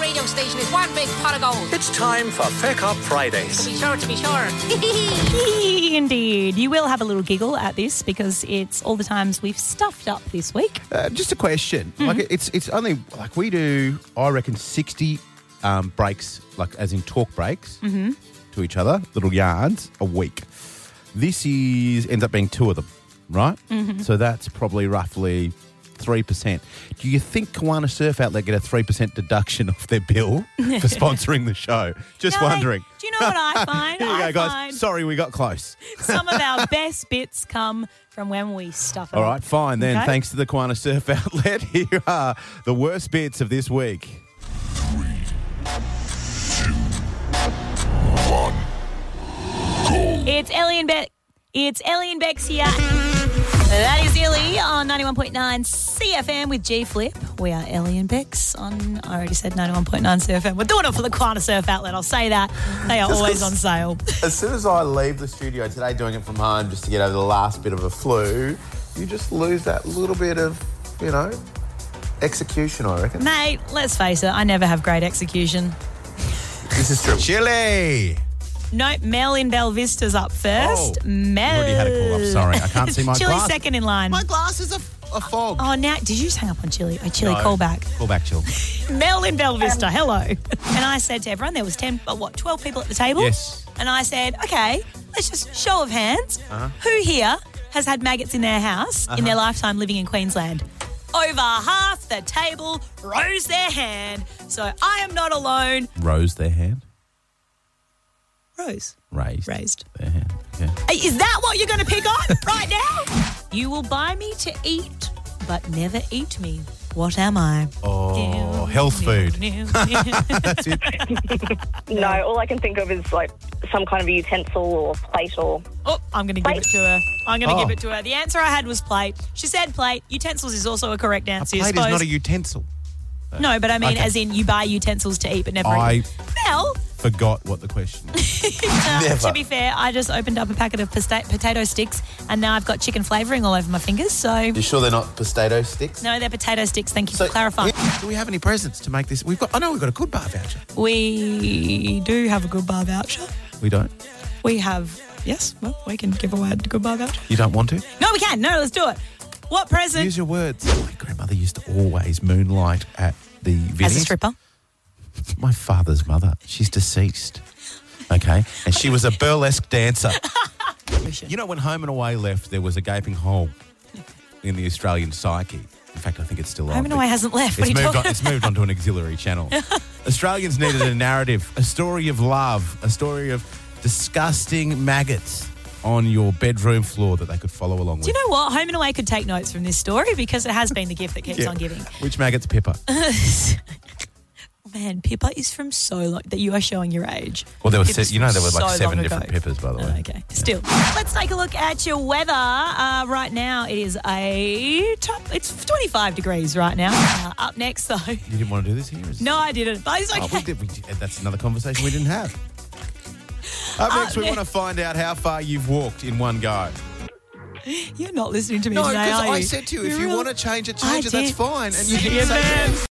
radio station is one big pot of gold. It's time for Feck Up Fridays. To be sure, to be sure. Indeed. You will have a little giggle at this because it's all the times we've stuffed up this week. Uh, just a question. Mm-hmm. Like it's it's only like we do. I reckon sixty um, breaks, like as in talk breaks Mm-hmm. to each other, little yards a week. This is ends up being two of them, right? Mm-hmm. So that's probably roughly three percent. Do you think Kiwana Surf Outlet get a three percent deduction off their bill for sponsoring the show? Just No, they- wondering. do you know what I find? Here you I go, guys. find Sorry, we got close. some of our best bits come from when we stuff it All up. right, fine then. Okay? Thanks to the Qantas Surf Outlet, here are the worst bits of this week. It's Ellie and Beck. It's Ellie and Beck's here. That is Ellie on 91.9 CFM with G Flip. We are Ellie and Bex on, I already said 91.9 CFM. We're doing it for the Quanta Surf Outlet, I'll say that. They are always on sale. As soon as I leave the studio today, doing it from home just to get over the last bit of a flu, you just lose that little bit of, you know, execution, I reckon. Mate, let's face it, I never have great execution. This is true. Chile. Nope, Mel in Bell Vista's up first. Oh, Mel. Already had a call up. Sorry, I can't see my Chili's glass. second in line. My glasses are f- a fog. Oh, now, did you just hang up on Chili? Oh, Chili, No. call back. Call back, Chill. Mel in Bell Vista, hello. And I said to everyone, there was 10, uh, what, 12 people at the table? Yes. And I said, okay, let's just show of hands. Uh-huh. Who here has had maggots in their house in their lifetime living in Queensland? Over half the table rose their hand. So I am not alone. Rose their hand. Rose Raised. raised. Their hand. Yeah. Is that what you're going to pick on right now? You will buy me to eat, but never eat me. What am I? Oh, health food. That's it. No, all I can think of is like some kind of utensil or plate or Oh, I'm going to give it to her. I'm going to Oh. give it to her. The answer I had was plate. She said plate. Utensils is also a correct answer. Plate is I not suppose. a utensil. no, but I mean, Okay. as in you buy utensils to eat, but never. I eat. Well, forgot what the question. Was. uh, Never. to be fair, I just opened up a packet of posta- potato sticks, and now I've got chicken flavouring all over my fingers. So You sure they're not potato sticks? no, they're potato sticks. Thank you So- for clarifying. Do we have any presents to make this? We've got. I know we've got a good bar voucher. We do have a good bar voucher. We don't. We have yes. Well, we can give away a good bar voucher. You don't want to? No, we can. No, let's do it. What present? Use your words. My grandmother used to always moonlight at the As vineyards. a stripper. my father's mother. She's deceased. Okay. And she was a burlesque dancer. You know, when Home and Away left, there was a gaping hole in the Australian psyche. In fact, I think it's still on. Home and but Away hasn't left. What It's are you moved, talking on, it's moved on to an auxiliary channel. Australians needed a narrative, a story of love, a story of disgusting maggots on your bedroom floor that they could follow along Do with. you know what? Home and Away could take notes from this story because it has been the gift that keeps on giving. Oh, Which maggots, Pippa? Man, Pippa is from so long that you are showing your age. Well, there were Pippa's se- you know there were from like so seven long different ago. Pippas, by the Oh, way. okay, still. Let's take a look at your weather. Uh, right now, it is a top, it's 25 degrees right now. Uh, up next, though. You didn't want to do this here? Is- No, I didn't. But it's Oh, we okay. did, we did- that's another conversation we didn't have. Up next, we ne- want to find out how far you've walked in one go. You're not listening to me No, today, because are you? I said to you, if you really- want to change it, I change it. That's did. fine. And you See didn't you say then. yes.